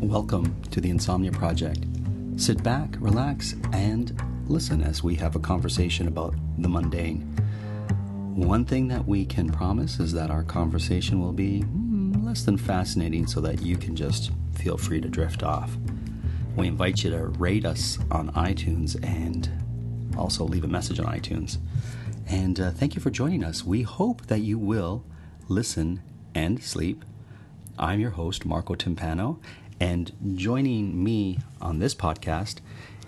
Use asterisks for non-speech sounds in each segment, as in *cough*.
Welcome to the Insomnia Project. Sit back, relax, and listen as we have a conversation about the mundane. One thing that we can promise is that our conversation will be mm, less than fascinating so that you can just feel free to drift off. We invite you to rate us on iTunes and also leave a message on iTunes. And uh, thank you for joining us. We hope that you will listen and sleep. I'm your host, Marco Timpano, and joining me on this podcast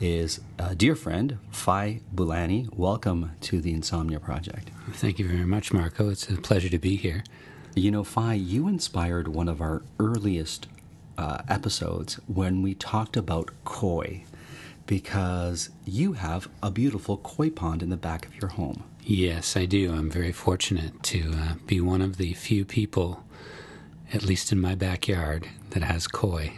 is a dear friend, Fai Bulani. Welcome to the Insomnia Project. Thank you very much, Marco. It's a pleasure to be here. You know, Fai, you inspired one of our earliest uh, episodes when we talked about koi because you have a beautiful koi pond in the back of your home. Yes, I do. I'm very fortunate to uh, be one of the few people, at least in my backyard, that has koi.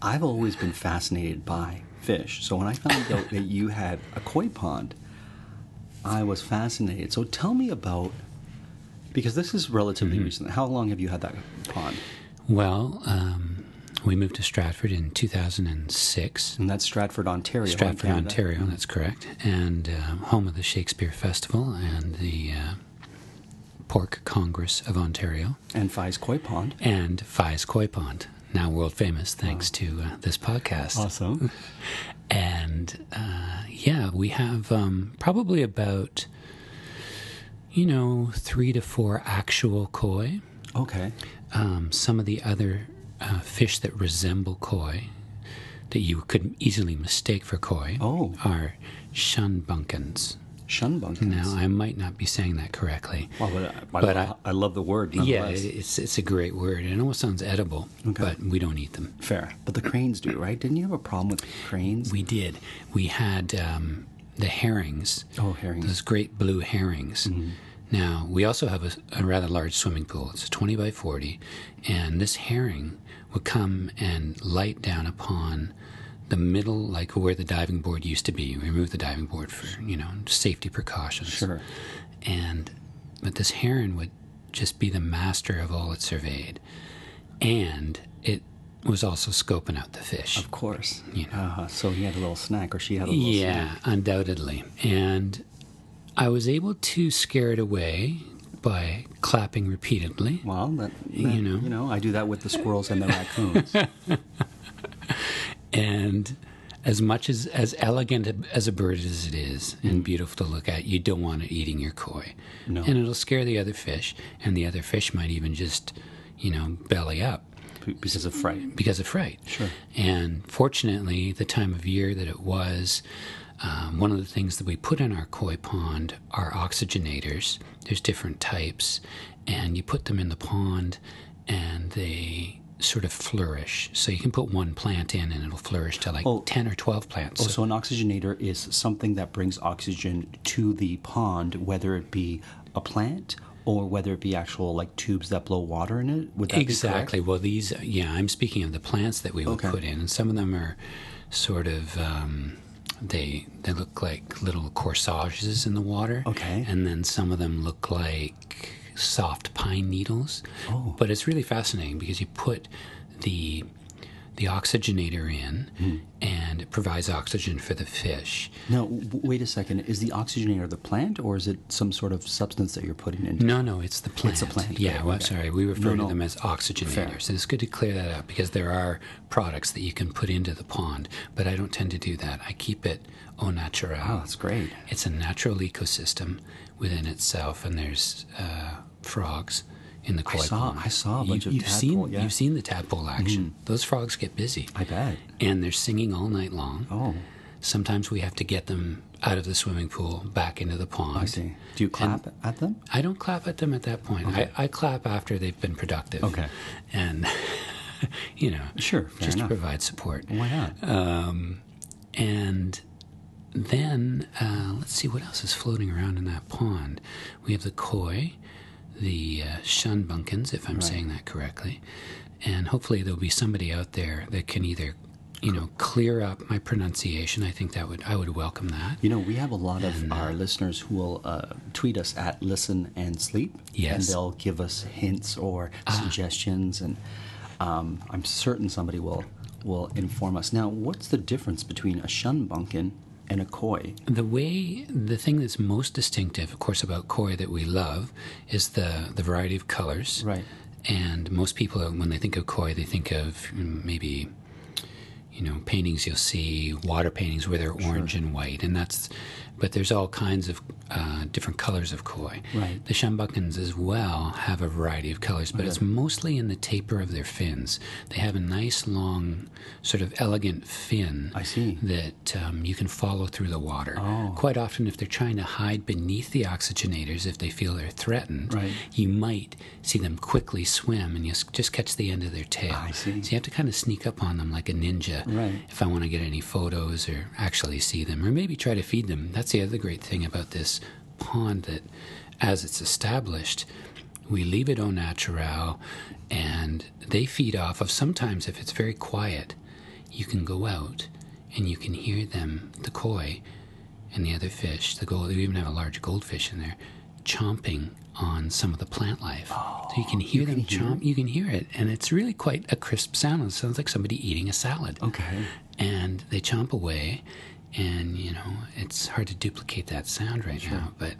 I've always been fascinated by fish. So when I found out that you had a koi pond, I was fascinated. So tell me about because this is relatively Mm-hmm. recent. How long have you had that pond? Well, um, we moved to Stratford in 2006. And that's Stratford, Ontario. in Stratford, Canada. Ontario, that's correct, and uh, home of the Shakespeare Festival and the uh, Pork Congress of Ontario. And Fi's Koi Pond. and Fi's Koi Pond, now world famous thanks to uh, this podcast. Awesome. And uh, yeah, we have um, probably about, you know, three to four actual koi. Okay. Um, some of the other uh, fish that resemble koi that you could easily mistake for koi Oh. are shunbunkins. Shunbunkins. Now, I might not be saying that correctly. Wow, but, I, but But I, I- I love the word. yeah, nonetheless. it's it's a great word. It almost sounds edible, Okay. but we don't eat them. fair. But the cranes do, right? Didn't you have a problem with cranes? We did. We had um, the herrings, oh, herrings. Mm-hmm. those great blue herrings. Now, we also have a, a rather large swimming pool. It's 20 by 40. And this herring would come and light down upon the middle, like where the diving board used to be. We removed the diving board for, you know, safety precautions. Sure. And, but this heron would just be the master of all it surveyed. And it was also scoping out the fish. Of course. Uh, so he had a little snack, or she had a little snack. Yeah, undoubtedly. And I was able to scare it away by clapping repeatedly. Well, that, You that- know. you know, I do that with the squirrels and the *laughs* raccoons. And as much as as elegant as a bird as it is and beautiful to look at, you don't want it eating your koi. No. And it'll scare the other fish, and the other fish might even just, you know, belly up because of fright. because of fright. Sure. And fortunately, the time of year that it was, um, one of the things that we put in our koi pond are oxygenators. There's different types, and you put them in the pond, and they sort of flourish. So you can put one plant in, and it'll flourish to like Oh. ten or twelve plants. Oh, so an oxygenator is something that brings oxygen to the pond, whether it be a plant or whether it be actual like tubes that blow water in it. Would that exactly. Be correct? Well, these, yeah, I'm speaking of the plants that we would Okay. put in, and some of them are sort of. Um, they they look like little corsages in the water. Okay. And then some of them look like soft pine needles. Oh. But it's really fascinating because you put the the oxygenator in, Hmm. and it provides oxygen for the fish. Now, w- wait a second. Is the oxygenator the plant, or is it some sort of substance that you're putting into? No, no, it's the plant. It's the plant, Yeah, right, well, okay. sorry, we refer No, to no. them as oxygenators. And it's good to clear that up because there are products that you can put into the pond, but I don't tend to do that. I keep it au natural. Wow, Oh, that's great. It's a natural ecosystem within itself, and there's uh, frogs in the koi saw- pond. I saw a bunch of you've tadpole, Seen, yeah. Mm-hmm. You've seen the tadpole action. Those frogs get busy, I bet. and they're singing all night long. Oh, Sometimes we have to get them out of the swimming pool back into the pond. I see. Do you clap at them? I don't clap at them at that point. I, I clap after they've been productive. Okay. And, *laughs* you know, Sure, fair just enough. to provide support. Um, Why not? And then uh, let's see what else is floating around in that pond. We have the koi, the uh, shunbunkins, if I'm saying that correctly, and hopefully there'll be somebody out there that can either, you know, clear up my pronunciation. I think that would I would welcome that. You know, we have a lot of our listeners who will uh, tweet us at listen and sleep. And Yes. Ah. they'll give us hints or suggestions, and um, I'm certain somebody will will inform us. Now, what's the difference between a shunbunkin and a koi? The way, the thing that's most distinctive, of course, about koi that we love is the, the variety of colors. Right. And most people, when they think of koi, they think of mm, maybe, you know, paintings you'll see, water paintings where they're orange and white. And that's, but there's all kinds of uh, different colors of koi. Right. The shambhakans as well have a variety of colors, but it's mostly in the taper of their fins. They have a nice, long, sort of elegant fin I see. that um, you can follow through the water. Oh. Quite often, if they're trying to hide beneath the oxygenators, if they feel they're threatened, Right. you might see them quickly swim and you s- just catch the end of their tail. I see. So you have to kind of sneak up on them like a ninja Right. if I want to get any photos or actually see them or maybe try to feed them. That's the other great thing about this pond that, as it's established, we leave it au naturel and they feed off of sometimes if it's very quiet you can go out and you can hear them, the koi and the other fish, the gold, we even have a large goldfish in there, chomping on some of the plant life. so Oh, you can hear them chomp, you can hear it, and it's really quite a crisp sound. It sounds like somebody eating a salad. Okay. And they chomp away, and you know, it's hard to duplicate that sound right now, but.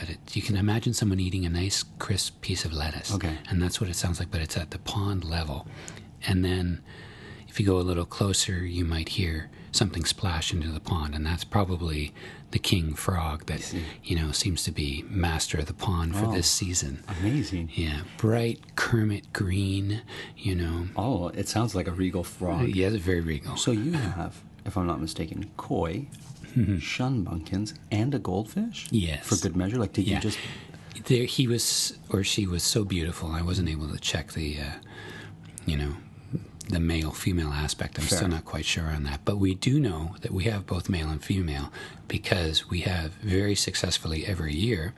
But it, you can imagine someone eating a nice crisp piece of lettuce, Okay. and that's what it sounds like. But it's at the pond level, and then if you go a little closer, you might hear something splash into the pond, and that's probably the king frog that you know seems to be master of the pond for this season. Amazing. Yeah, bright Kermit green, you know. Oh, it sounds like a regal frog. Yeah, it's very regal. So you have, if I'm not mistaken, koi, shunbunkins, and a goldfish. Mm-hmm. Yes. For good measure, like did you Yeah. just? there he was or she was so beautiful i wasn't able to check the uh, you know the male female aspect i'm still not quite sure on that but we do know that we have both male and female because we have very successfully every year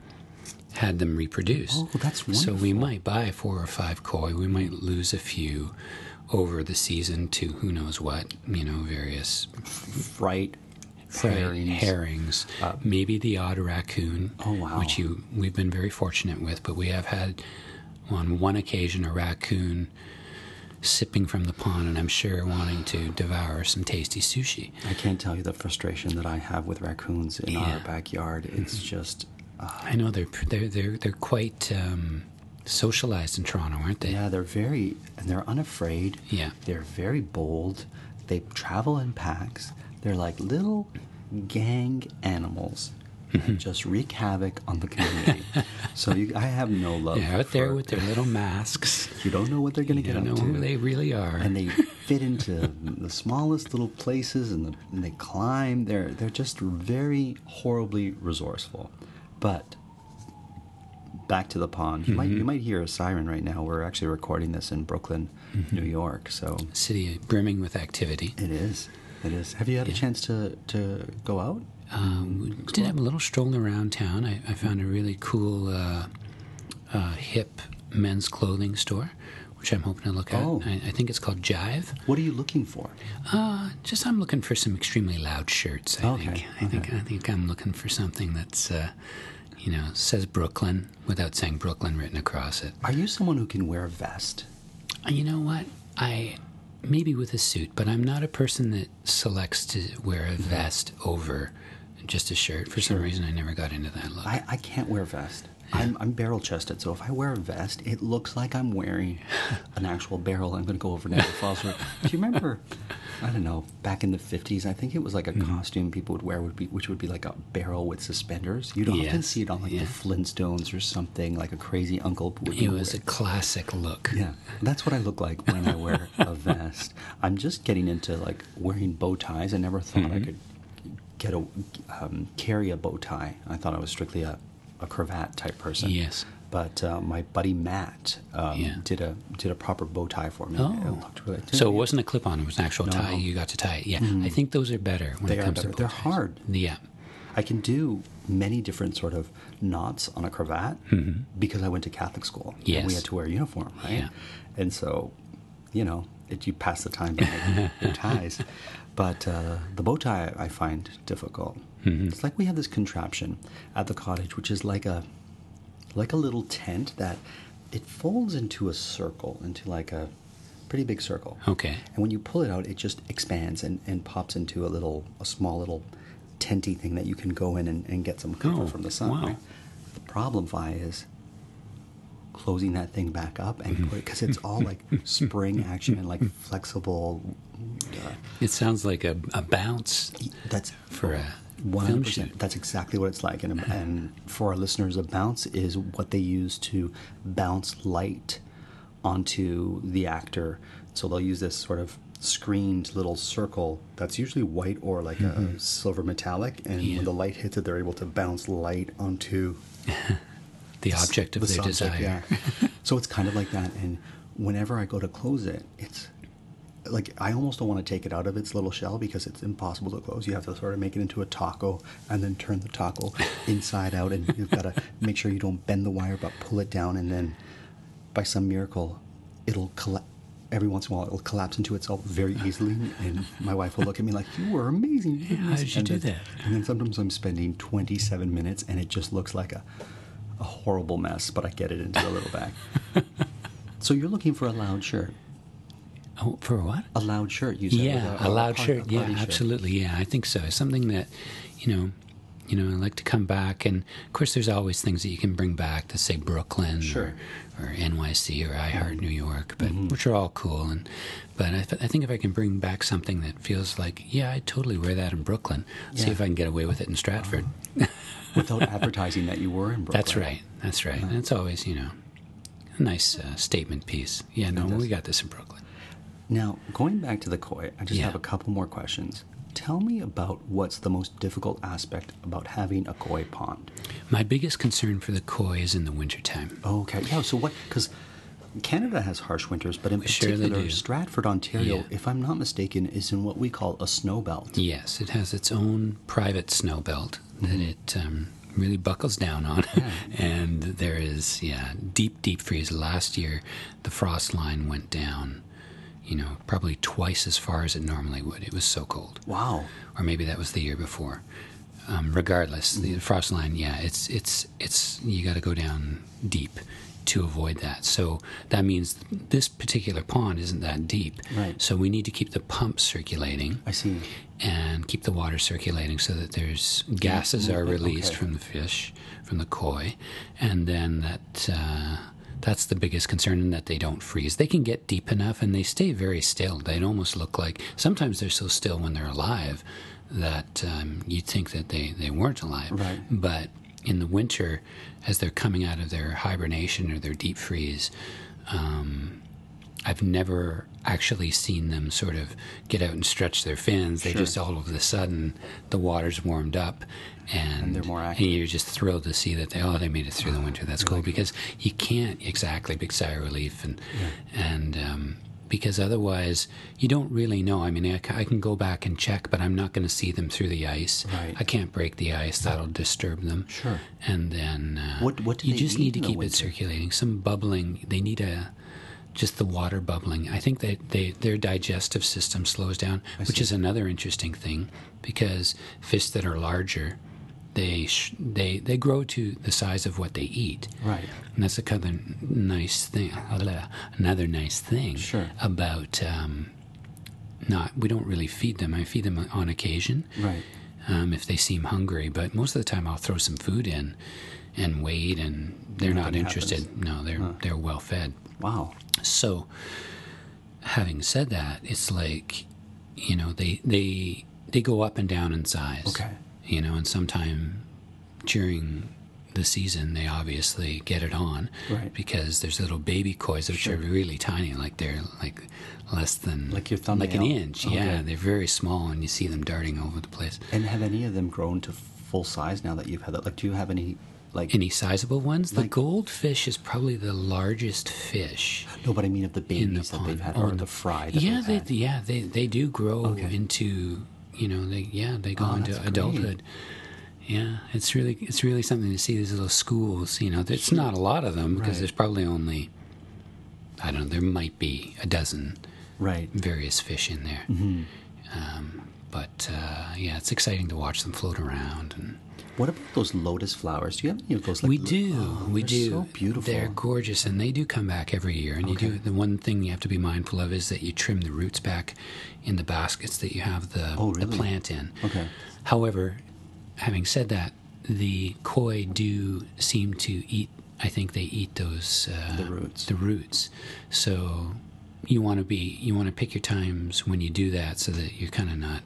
had them reproduce Oh, that's so wonderful. we might buy four or five koi we might lose a few over the season to who knows what you know various fright, Right, herrings. herrings, maybe the odd raccoon. Uh, Oh, wow. Which you we've been very fortunate with, but we have had on one occasion a raccoon sipping from the pond, and I'm sure wanting to devour some tasty sushi. I can't tell you the frustration that I have with raccoons in our backyard. It's just, I know they're they're they're they're quite um, socialized in Toronto, aren't they? yeah, they're very, and they're unafraid. Yeah. They're very bold. They travel in packs. They're like little gang animals. Mm-hmm. that Just wreak havoc on the *laughs* community. so you, I have no love. They're out there for- with their little masks. You don't know what they're going to You get don't know up who to. they really are. and they fit into the smallest little places and, the, and they climb they're they're just very horribly resourceful but back to the pond you, might, you might hear a siren right now we're actually recording this in brooklyn new york so City brimming with activity. it is it is have you had a chance to to go out Um, did have a little stroll around town. I, I found a really cool, uh, uh, hip men's clothing store, which I'm hoping to look at. Oh. I, I think it's called Jive. what are you looking for Uh, just I'm looking for some extremely loud shirts. I Okay, think. I think. I think I'm looking for something that's, uh, you know, says Brooklyn without saying Brooklyn written across it. are you someone who can wear a vest Uh, You know what? I maybe with a suit, but I'm not a person that selects to wear a vest over just a shirt. For some reason, I never got into that look. I, I can't wear a vest. I'm, I'm barrel chested, so if I wear a vest, it looks like I'm wearing *laughs* an actual barrel. I'm going to go over Niagara Falls. Road. Do you remember? I don't know. Back in the '50s, I think it was like a Mm-hmm. costume people would wear would be, which would be like a barrel with suspenders. You'd often Yes, see it on like yeah. the Flintstones or something, like a crazy uncle would be it was a wearing- classic look. yeah, that's what I look like when I wear *laughs* a vest. I'm just getting into like wearing bow ties. I never thought Mm-hmm. I could get a um, carry a bow tie. I thought I was strictly a, a cravat type person. Yes. But uh, my buddy Matt um, Yeah. did a did a proper bow tie for me. Oh. It looked really Mm-hmm. So it wasn't a clip on, it was an actual tie. You got to tie it. Yeah. I think those are better when They it are comes better. to bow They're ties. hard. Yeah. I can do many different sort of knots on a cravat because I went to Catholic school. and Mm-hmm. Yes. we had to wear a uniform, right? Yeah. And so, you know, it, you pass the time by making your *laughs* ties. But uh, the bow tie I find difficult. Mm-hmm. It's like we have this contraption at the cottage, which is like a like a little tent that it folds into a circle, into like a pretty big circle. Okay. And when you pull it out, it just expands and, and pops into a little, a small little tenty thing that you can go in and, and get some cover Oh, from the sun. wow. right? The problem, Vi, is closing that thing back up Mm-hmm. and put it, because it's all like spring action and like flexible. Uh, It sounds like a, a bounce that's for a film 100%. shoot. That's exactly what it's like. And, and for our listeners, a bounce is what they use to bounce light onto the actor. So they'll use this sort of screened little circle that's usually white or like a silver metallic. And when the light hits it, they're able to bounce light onto the object of the their subject, desire. yeah. *laughs* so it's kind of like that. And whenever I go to close it, it's like I almost don't want to take it out of its little shell because it's impossible to close. You have to sort of make it into a taco and then turn the *laughs* taco inside out, and you've got to make sure you don't bend the wire but pull it down, and then by some miracle, it'll collapse. Every once in a while, it'll collapse into itself very easily, and my wife will look at me like, "You were amazing." You were Yeah, how did you and do then- that? And then sometimes I'm spending 27 minutes, and it just looks like a a horrible mess, but I get it into a little *laughs* bag. so you're looking for a loud shirt. Oh, for what? A loud shirt, you said. Yeah, with a loud par- shirt. Yeah, party shirt. absolutely. Yeah, I think so. Something that, you know, you know, I like to come back, and of course, there's always things that you can bring back that say Brooklyn Sure. Mm-hmm. or, or NYC or I Heart New York, but which are all cool. And but I, th- I think if I can bring back something that feels like, yeah, I totally wear that in Brooklyn. See Yeah. Oh, if I can get away with it in Stratford. Without advertising that you were in Brooklyn. That's right. That's right. And it's always, you know, a nice uh, statement piece. Yeah, no, we got this in Brooklyn. Now, going back to the koi, I just Yeah. have a couple more questions. Tell me about what's the most difficult aspect about having a koi pond. My biggest concern for the koi is in the wintertime. Okay. Yeah. So what? Because Canada has harsh winters, but in sure they particular, do. Stratford, Ontario, Yeah. if I'm not mistaken, is in what we call a snow belt. Yes, it has its own private snow belt that it um, really buckles down on. *laughs* and there is, yeah, deep, deep freeze. Last year, the frost line went down, you know, probably twice as far as it normally would. It was so cold. Wow. or maybe that was the year before. Um, regardless, the frost line, yeah, it's it's it's you got to go down deep to avoid that. So that means this particular pond isn't that deep. Right. So we need to keep the pump circulating I see. and keep the water circulating so that there's gases are released Mm-hmm. okay. from the fish, from the koi, and then that uh, that's the biggest concern in that they don't freeze. They can get deep enough and they stay very still. They almost look like sometimes they're so still when they're alive that um, you'd think that they, they weren't alive. Right. But in the winter, as they're coming out of their hibernation or their deep freeze, um, I've never actually seen them sort of get out and stretch their fins. They just all of a sudden the water's warmed up, and, they're more and active. you're just thrilled to see that they oh they made it through the winter. That's cool because you can't exactly big sigh of relief and and um, because otherwise you don't really know. I mean, I, ca- I can go back and check, but I'm not going to see them through the ice. Right. I can't break the ice; that'll disturb them. Sure. And then uh, What- what do you they just eat need to in the keep it winter? circulating. Some bubbling. They need a just the water bubbling. I think that they, their digestive system slows down, which is another interesting thing because fish that are larger, they sh- they they grow to the size of what they eat. Right. And that's a kind of nice thing. Another nice thing Sure. about um, not we don't really feed them. I feed them on occasion Right. um, if they seem hungry, but most of the time I'll throw some food in and wait, and they're not Nothing interested. happens. No, they're they're well fed. Wow. So, having said that, it's like, you know, they they they go up and down in size. Okay. You know, and sometime during the season, they obviously get it on Right. because there's little baby koi, which are really tiny, like they're like less than Like your like an thumbnail. Oh, inch. Okay. Yeah, they're very small, and you see them darting over the place. And have any of them grown to full size now that you've had that? Like, do you have any, like, Any sizable ones? The Like- goldfish is probably the largest fish. no, but I mean of the in the babies that pond they've had or or in the fry that Oh, yeah, they've they, had? yeah, they they do grow Okay. into you know they yeah they go Oh, into that's great. adulthood. Yeah, it's really it's really something to see these little schools. You know, there's not a lot of them because Right. there's probably only I don't know there might be a dozen Right. various fish in there. Mm-hmm. Um, but uh, yeah, it's exciting to watch them float around and. What about those lotus flowers? Do you have any of those? Like, we lo- do. Oh, we they're do. So beautiful. They're gorgeous, and they do come back every year. And you do. The one thing you have to be mindful of is that you trim the roots back in the baskets that you have the, Oh, the really? plant in. Okay. However, having said that, the koi do seem to eat. I think they eat those uh, The roots. The roots. So you want to be you want to pick your times when you do that, so that you're kind of not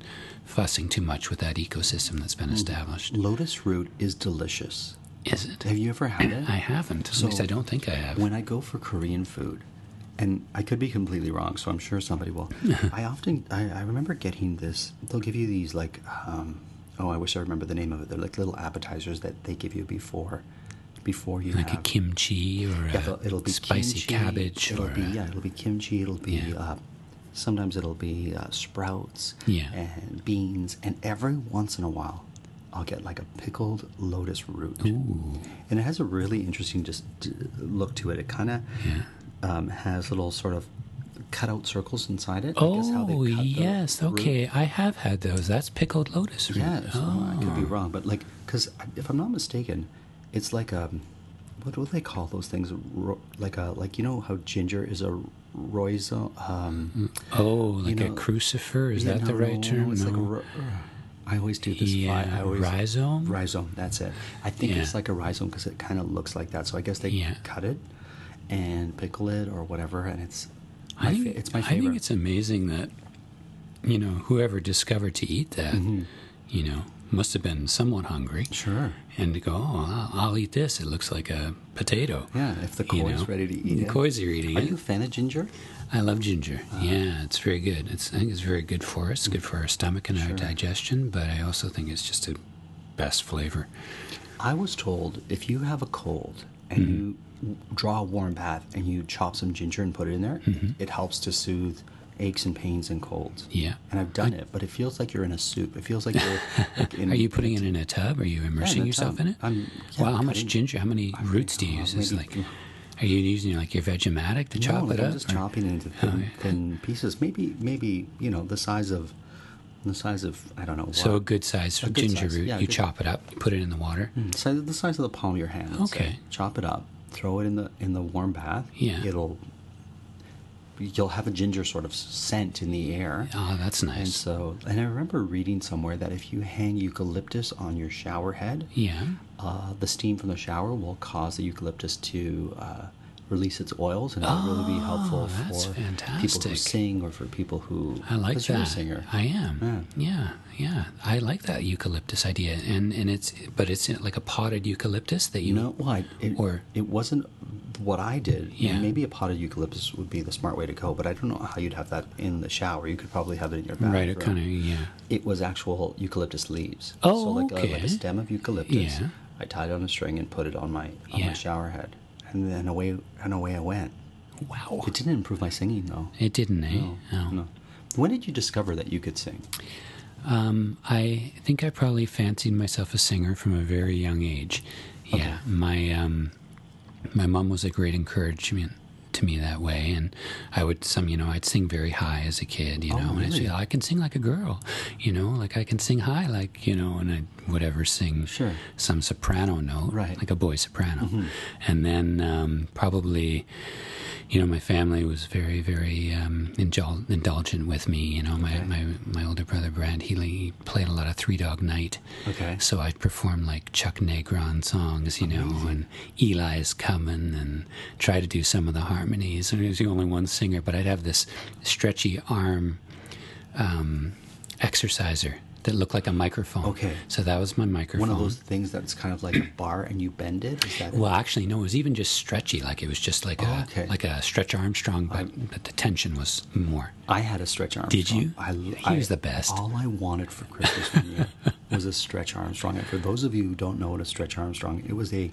fussing too much with that ecosystem that's Mm. been established. Lotus root is delicious. Is it? Have you ever had it? I haven't. At So, least I don't think I have. When I go for Korean food, and I could be completely wrong, so I'm sure somebody *laughs* will. I often, I, I remember getting this. They'll give you these like, um, oh, I wish I remember the name of it. They're like little appetizers that they give you before, before you like have a kimchi or Yeah, a it'll, it'll be spicy kimchi, cabbage It'll or be a- yeah, it'll be kimchi. It'll be Yeah. uh, sometimes it'll be uh, sprouts Yeah. and beans, and every once in a while, I'll get like a pickled lotus root, and it has a really interesting just d- look to it. It kind of um, has little sort of cutout circles inside it. I guess how they oh cut the yes root. okay i have had those that's pickled lotus root Yeah, so oh. I could be wrong, but like, because if I'm not mistaken, it's like um, what do they call those things? Ro- like a like you know how ginger is a rhizome. Um, Oh, like know- a crucifer is yeah, that the no, right term It's like a No. ro- I always do this. Yeah, I, I always, rhizome? Rhizome. That's it. I think Yeah. it's like a rhizome because it kind of looks like that. So I guess they Yeah. cut it and pickle it or whatever, and it's. I my think fa- it's my I favorite. think it's amazing that you know whoever discovered to eat that, you know, must have been somewhat hungry. Mm-hmm. Sure. And to go, oh, I'll, I'll eat this. It looks like a potato. Yeah, if the you koi's know. ready to eat the it. koi's are eating Are it. you a fan of ginger? I love ginger. Uh-huh. yeah, it's very good. It's I think it's very good for us. Good for our stomach and our digestion. But I also think it's just a best flavor. I was told if you have a cold and you Mm-hmm. w- draw a warm bath and you chop some ginger and put it in there, it helps to soothe aches and pains and colds. Mm-hmm. Yeah. And I've done it, but it feels like you're in a soup. It feels like *laughs* you're. Like in, Are you putting it in a tub? Are you immersing a yourself tub. in it? I'm- yeah, wow, how I'm much cutting- ginger? How many roots do you uh, use? Is it like, maybe- are you using like your Vegematic to No, chop like it I'm up? just or- Oh, chopping it into thin, thin pieces. Maybe, maybe you know the size of, the size of I don't know. What. So a good size A of good ginger size, root. yeah, you good- Mm-hmm. chop it up, you put it in the water. So Mm, the size of the palm of your hand. let's say. Okay. Chop it up, throw it in the in the warm bath. Yeah. It'll. You'll have a ginger sort of scent in the air. Oh, that's And nice. so, and I remember reading somewhere that if you hang eucalyptus on your shower head, yeah. uh, the steam from the shower will cause the eucalyptus to uh, release its oils, and it'll really be helpful Oh, that's for people who fantastic. sing or for people who. I like 'cause that. You're a singer. I am. Yeah. yeah, I like that eucalyptus idea, and and it's but it's like a potted eucalyptus that you You know why? It, Or- it wasn't what I did. Yeah. Maybe a potted eucalyptus would be the smart way to go, but I don't know how you'd have that in the shower. You could probably have it in your bathroom. right. It kind of yeah. It was actual eucalyptus leaves. Oh, so like a, like okay. a stem of eucalyptus. Yeah. I tied it on a string and put it on my on Yeah. my shower head, and then away and away I went. Wow. It didn't improve my singing though. It didn't, eh? No. No. When did you discover that you could sing? Um, I think I probably fancied myself a singer from a very young age. Yeah, my um, my mom was a great encouragement to me that way, and I would some you know I'd sing very high as a kid, you know, and I'd Oh, really? say "Oh, I can sing like a girl, you know, like I can sing high, like you know, and I would ever sing Sure. some soprano note, Right. Mm-hmm. like a boy soprano, and then um, probably you know, my family was very, very um, indul- indulgent with me. You know, my, my, my older brother Brad Healy he played a lot of Three Dog Night. Okay. So I'd perform like Chuck Negron songs, you know, and Eli's coming and try to do some of the harmonies. And he was the only one singer, but I'd have this stretchy arm um, exerciser that looked like a microphone. Okay. So that was my microphone. One of those things that's kind of like a bar and you bend it. Is that it? Well, actually, no. It was even just stretchy. Like it was just like a okay. like a Stretch Armstrong, but, but the tension was more. I had a stretch Armstrong. Did you? I, He I- was the best. All I wanted for Christmas one *laughs* year was a stretch Armstrong. And for those of you who don't know what a stretch Armstrong, it was a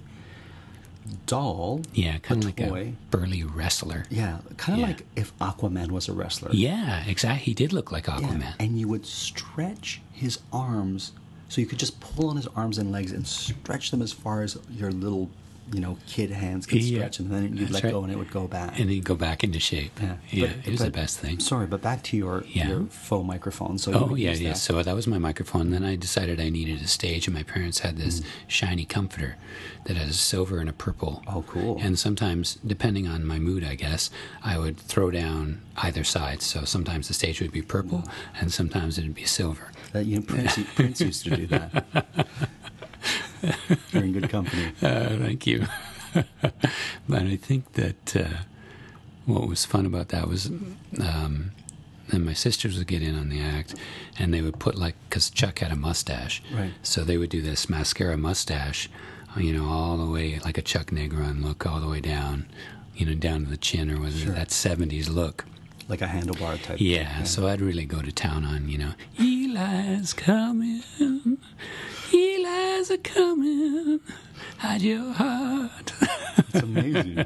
doll. Yeah, kind of like toy. a burly wrestler. Yeah, kind of Yeah. like if Aquaman was a wrestler. Yeah, exactly. He did look like Yeah, Aquaman. And you would stretch his arms, so you could just pull on his arms and legs and stretch them as far as your little, you know, kid hands could Yeah, stretch, and then you'd that's let right. go and it would go back. and he'd go back into shape. yeah, it was the best thing. Sorry, but back to your, Yeah. your faux microphone. So you Oh would yeah, use yeah. that. So that was my microphone. Then I decided I needed a stage, and my parents had this Mm. shiny comforter that has silver and a purple. Oh, cool. And sometimes, depending on my mood, I guess I would throw down either side. So sometimes the stage would be purple, Mm. and sometimes it'd be silver. That you know, Prince, *laughs* Prince used to do that. You're in good company. Uh, thank you. *laughs* but I think that uh, what was fun about that was, um, and my sisters would get in on the act, and they would put like, because Chuck had a mustache, Right. So they would do this mascara mustache, uh, you know, all the way like a Chuck Negron look, all the way down, you know, down to the chin or whether that '70s look. Like a handlebar type. Yeah, so I'd really go to town on, you know, Eli's coming, Eli's a coming, hide your heart. It's amazing.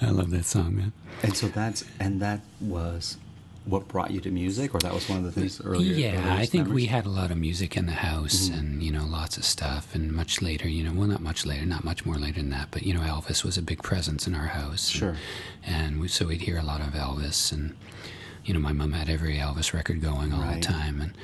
I love that song, man. and so that's and that was what brought you to music, or that was one of the things earlier. yeah, earliest I think we memories? had a lot of music in the house and, you know, lots of stuff. And much later, you know, well, not much later, not much more later than that, but, you know, Elvis was a big presence in our house. Sure. And we, so we'd hear a lot of Elvis. And, you know, my mom had every Elvis record going all Right. the time. And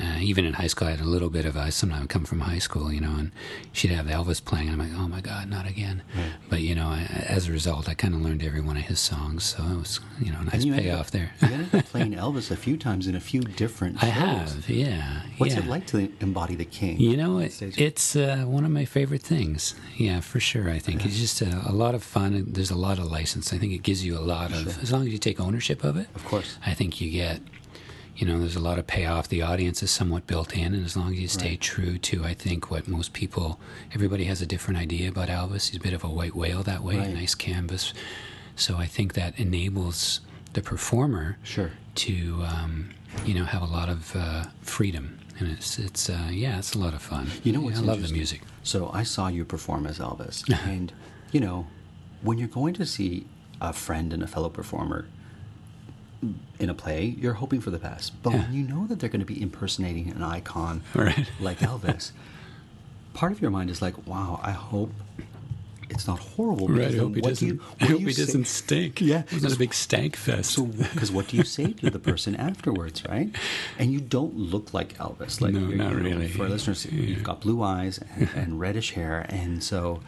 uh, even in high school, I had a little bit of, I sometimes would come from high school, you know, and she'd have Elvis playing. And I'm like, oh my God, not again. But, you know, I, as a result, I kind of learned every one of his songs. So it was, you know, a nice you ended payoff up- there. You ended up playing Elvis a few times in a few different *laughs* I shows. have, yeah. What's yeah. it like to embody the king? You know, it, Stage. it's uh, one of my favorite things. Yeah, for sure. I think it's just a, a lot of fun. and There's a lot of license. I think it gives you a lot of, as long as you take ownership of it. Of course. I think you get, you know, there's a lot of payoff. The audience is somewhat built in, and as long as you stay true to, I think, what most people, everybody has a different idea about Elvis. He's a bit of a white whale that way, Right. a nice canvas. So I think that enables the performer Sure. to, um, you know, have a lot of uh, freedom. And it's, it's uh, yeah, it's a lot of fun. You know Yeah, what's I love the interesting? music. So I saw you perform as *laughs* Elvis, and you know, when you're going to see a friend and a fellow performer in a play, you're hoping for the best. But when you know that they're going to be impersonating an icon Right. *laughs* like Elvis, part of your mind is like, "Wow, I hope it's not horrible." because then what *laughs* do you- what do you say- stink. Yeah. It's not a big stank fest. So, *laughs* because what do you say to the person afterwards, right? And you don't look like Elvis. Like No, you're- not you know, really. For our listeners, you've got blue eyes and, and reddish hair, and so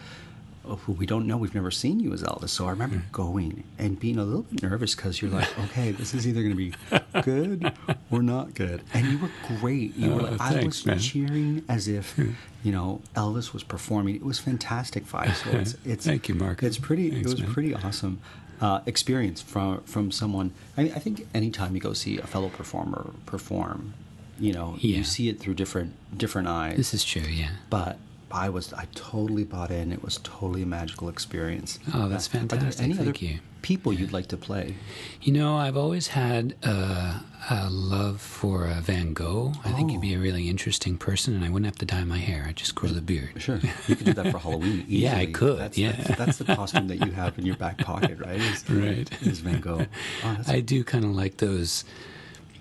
oh, who we don't know. We've never seen you as Elvis. So I remember going and being a little bit nervous because *laughs* you're like, okay, this is either going to be good or not good. And you were great. You were Oh, like, I thanks, was man. cheering as if you know Elvis was performing. It was fantastic five. *laughs* So it's, it's Thank you, Mark. It's pretty. Thanks, it was man. pretty awesome uh, experience from from someone. I, mean, I think anytime you go see a fellow performer perform, you know, Yeah. you see it through different different eyes. This is true, yeah. but I was I totally bought in. It was totally a magical experience. Oh, that's Are there fantastic. any other Thank you. people you'd like to play? You know, I've always had a, a love for uh, Van Gogh. I think Oh. he'd be a really interesting person, and I wouldn't have to dye my hair. I'd just grow the beard. Sure, you could do that for Halloween. Easily. *laughs* Yeah, I could, That's, yeah. that's, that's the costume that you have in your back pocket, *laughs* right? Is, Right. Is Van Gogh? Oh, that's I do kind of like those,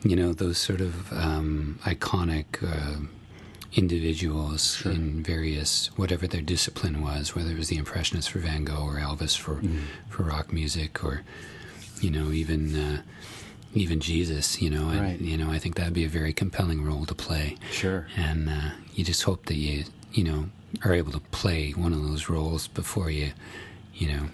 you know, those sort of um, iconic uh, individuals in various whatever their discipline was, whether it was the Impressionists for Van Gogh or Elvis for Mm. for rock music, or you know, even. Uh, even Jesus, you know, I, Right. you know, I think that'd be a very compelling role to play. Sure. and uh, you just hope that you, you know, are able to play one of those roles before you, you know,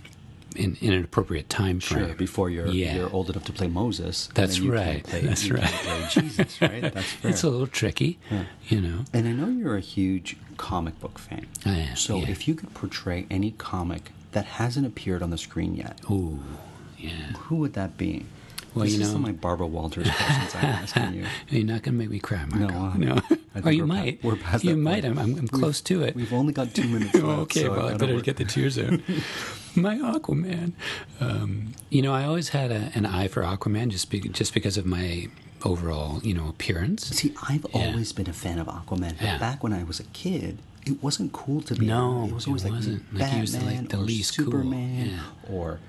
in, in an appropriate time frame. Sure. uh, Before you're Yeah. you're old enough to play Moses, and That's then you can't right. play- That's you can't right. play *laughs* Jesus, right? That's fair. It's a little tricky, you know. And I know you're a huge comic book fan. I am, So yeah. if you could portray any comic that hasn't appeared on the screen yet, Ooh, yeah. who would that be? Well, this you is know- some like Barbara Walters questions I'm asking *laughs* you. You're not going to make me cry, Marco. No, uh, no. I think *laughs* or you we're pa- might. we're past you that might. point. I'm, I'm, I'm close to *laughs* it. We've only got two minutes left. okay, so well, I gotta better work. get the *laughs* tears out. my Aquaman. Um, you know, I always had a, an eye for Aquaman just be, just because of my overall, you know, appearance. See, I've always been a fan of Aquaman. but Yeah. Back when I was a kid, it wasn't cool to be. No, it was it always wasn't. like Like, he was, Batman like, the or least cool. Superman Yeah. or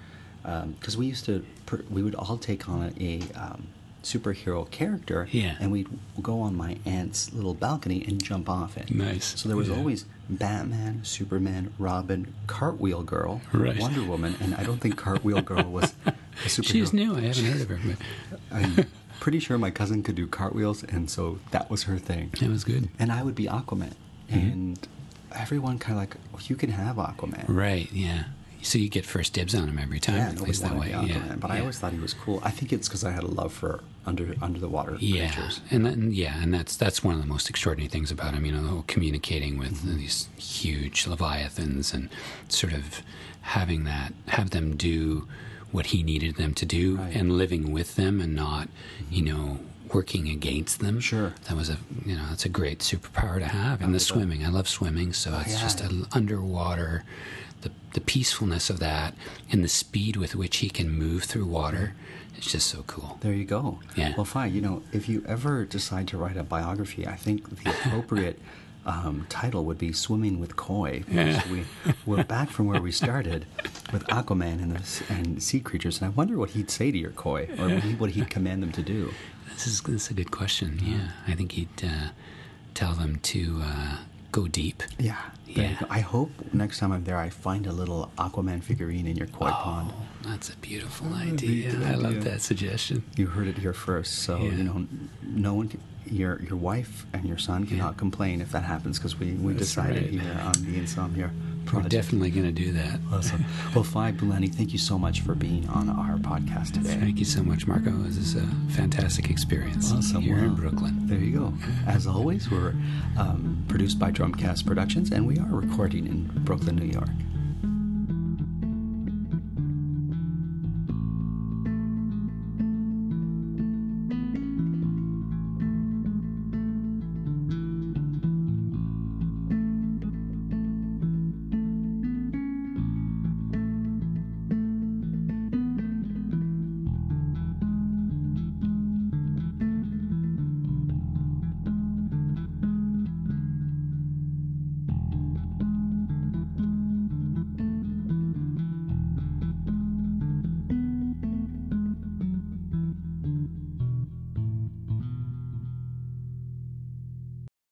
because we used to per, we would all take on a um, superhero character, Yeah. and we'd go on my aunt's little balcony and jump off it. Nice. So there was Yeah. always Batman, Superman, Robin, Cartwheel Girl, Right. Wonder Woman, and I don't think Cartwheel Girl was a superhero. *laughs* She's new. I haven't heard of her, but I'm pretty sure my cousin could do cartwheels, and so that was her thing. that was *laughs* good. And I would be Aquaman, Mm-hmm. and everyone kind of like, well, you can have Aquaman. Right? Yeah. So you get first dibs on him every time. Yeah, at nobody least that wanted to way. be Aquaman, yeah. but I yeah. always thought he was cool. I think it's because I had a love for under under the water Yeah, creatures. and then, yeah, and that's that's one of the most extraordinary things about him. You know, the whole communicating with Mm-hmm. these huge leviathans and sort of having that have them do what he needed them to do and living with them and not, you know, working against them. Mm-hmm. Sure. that was a you know that's a great superpower to have. And the swimming, I love swimming, so it's Oh, yeah. just a, underwater. The, the peacefulness of that and the speed with which he can move through water it's just so cool There you go. Yeah. Well, fine. You know, if you ever decide to write a biography, I think *laughs* the appropriate um, title would be "Swimming with Koi." Because we we're back from where we started with Aquaman and the, s- and sea creatures, and I wonder what he'd say to your koi, or what he- what he'd command them to do. This is, this is a good question. Yeah, I think he'd uh, tell them to uh, go deep. Yeah. there you Yeah. go. I hope next time I'm there, I find a little Aquaman figurine in your koi Oh. pond. That's a beautiful idea. I love that suggestion. You heard it here first, so Yeah. you know n- no one. Can, your your wife and your son cannot complain if that happens because we we decided right. here on the Insomnia We're Project. definitely going to do that. Awesome. *laughs* Well, Fly Bulani, thank you so much for being on our podcast today. Thank you so much, Marco. This is a fantastic experience. Awesome. Here in Wow. Brooklyn. There you go. As always, we're um, produced by Drumcast Productions, and we are recording in Brooklyn, New York.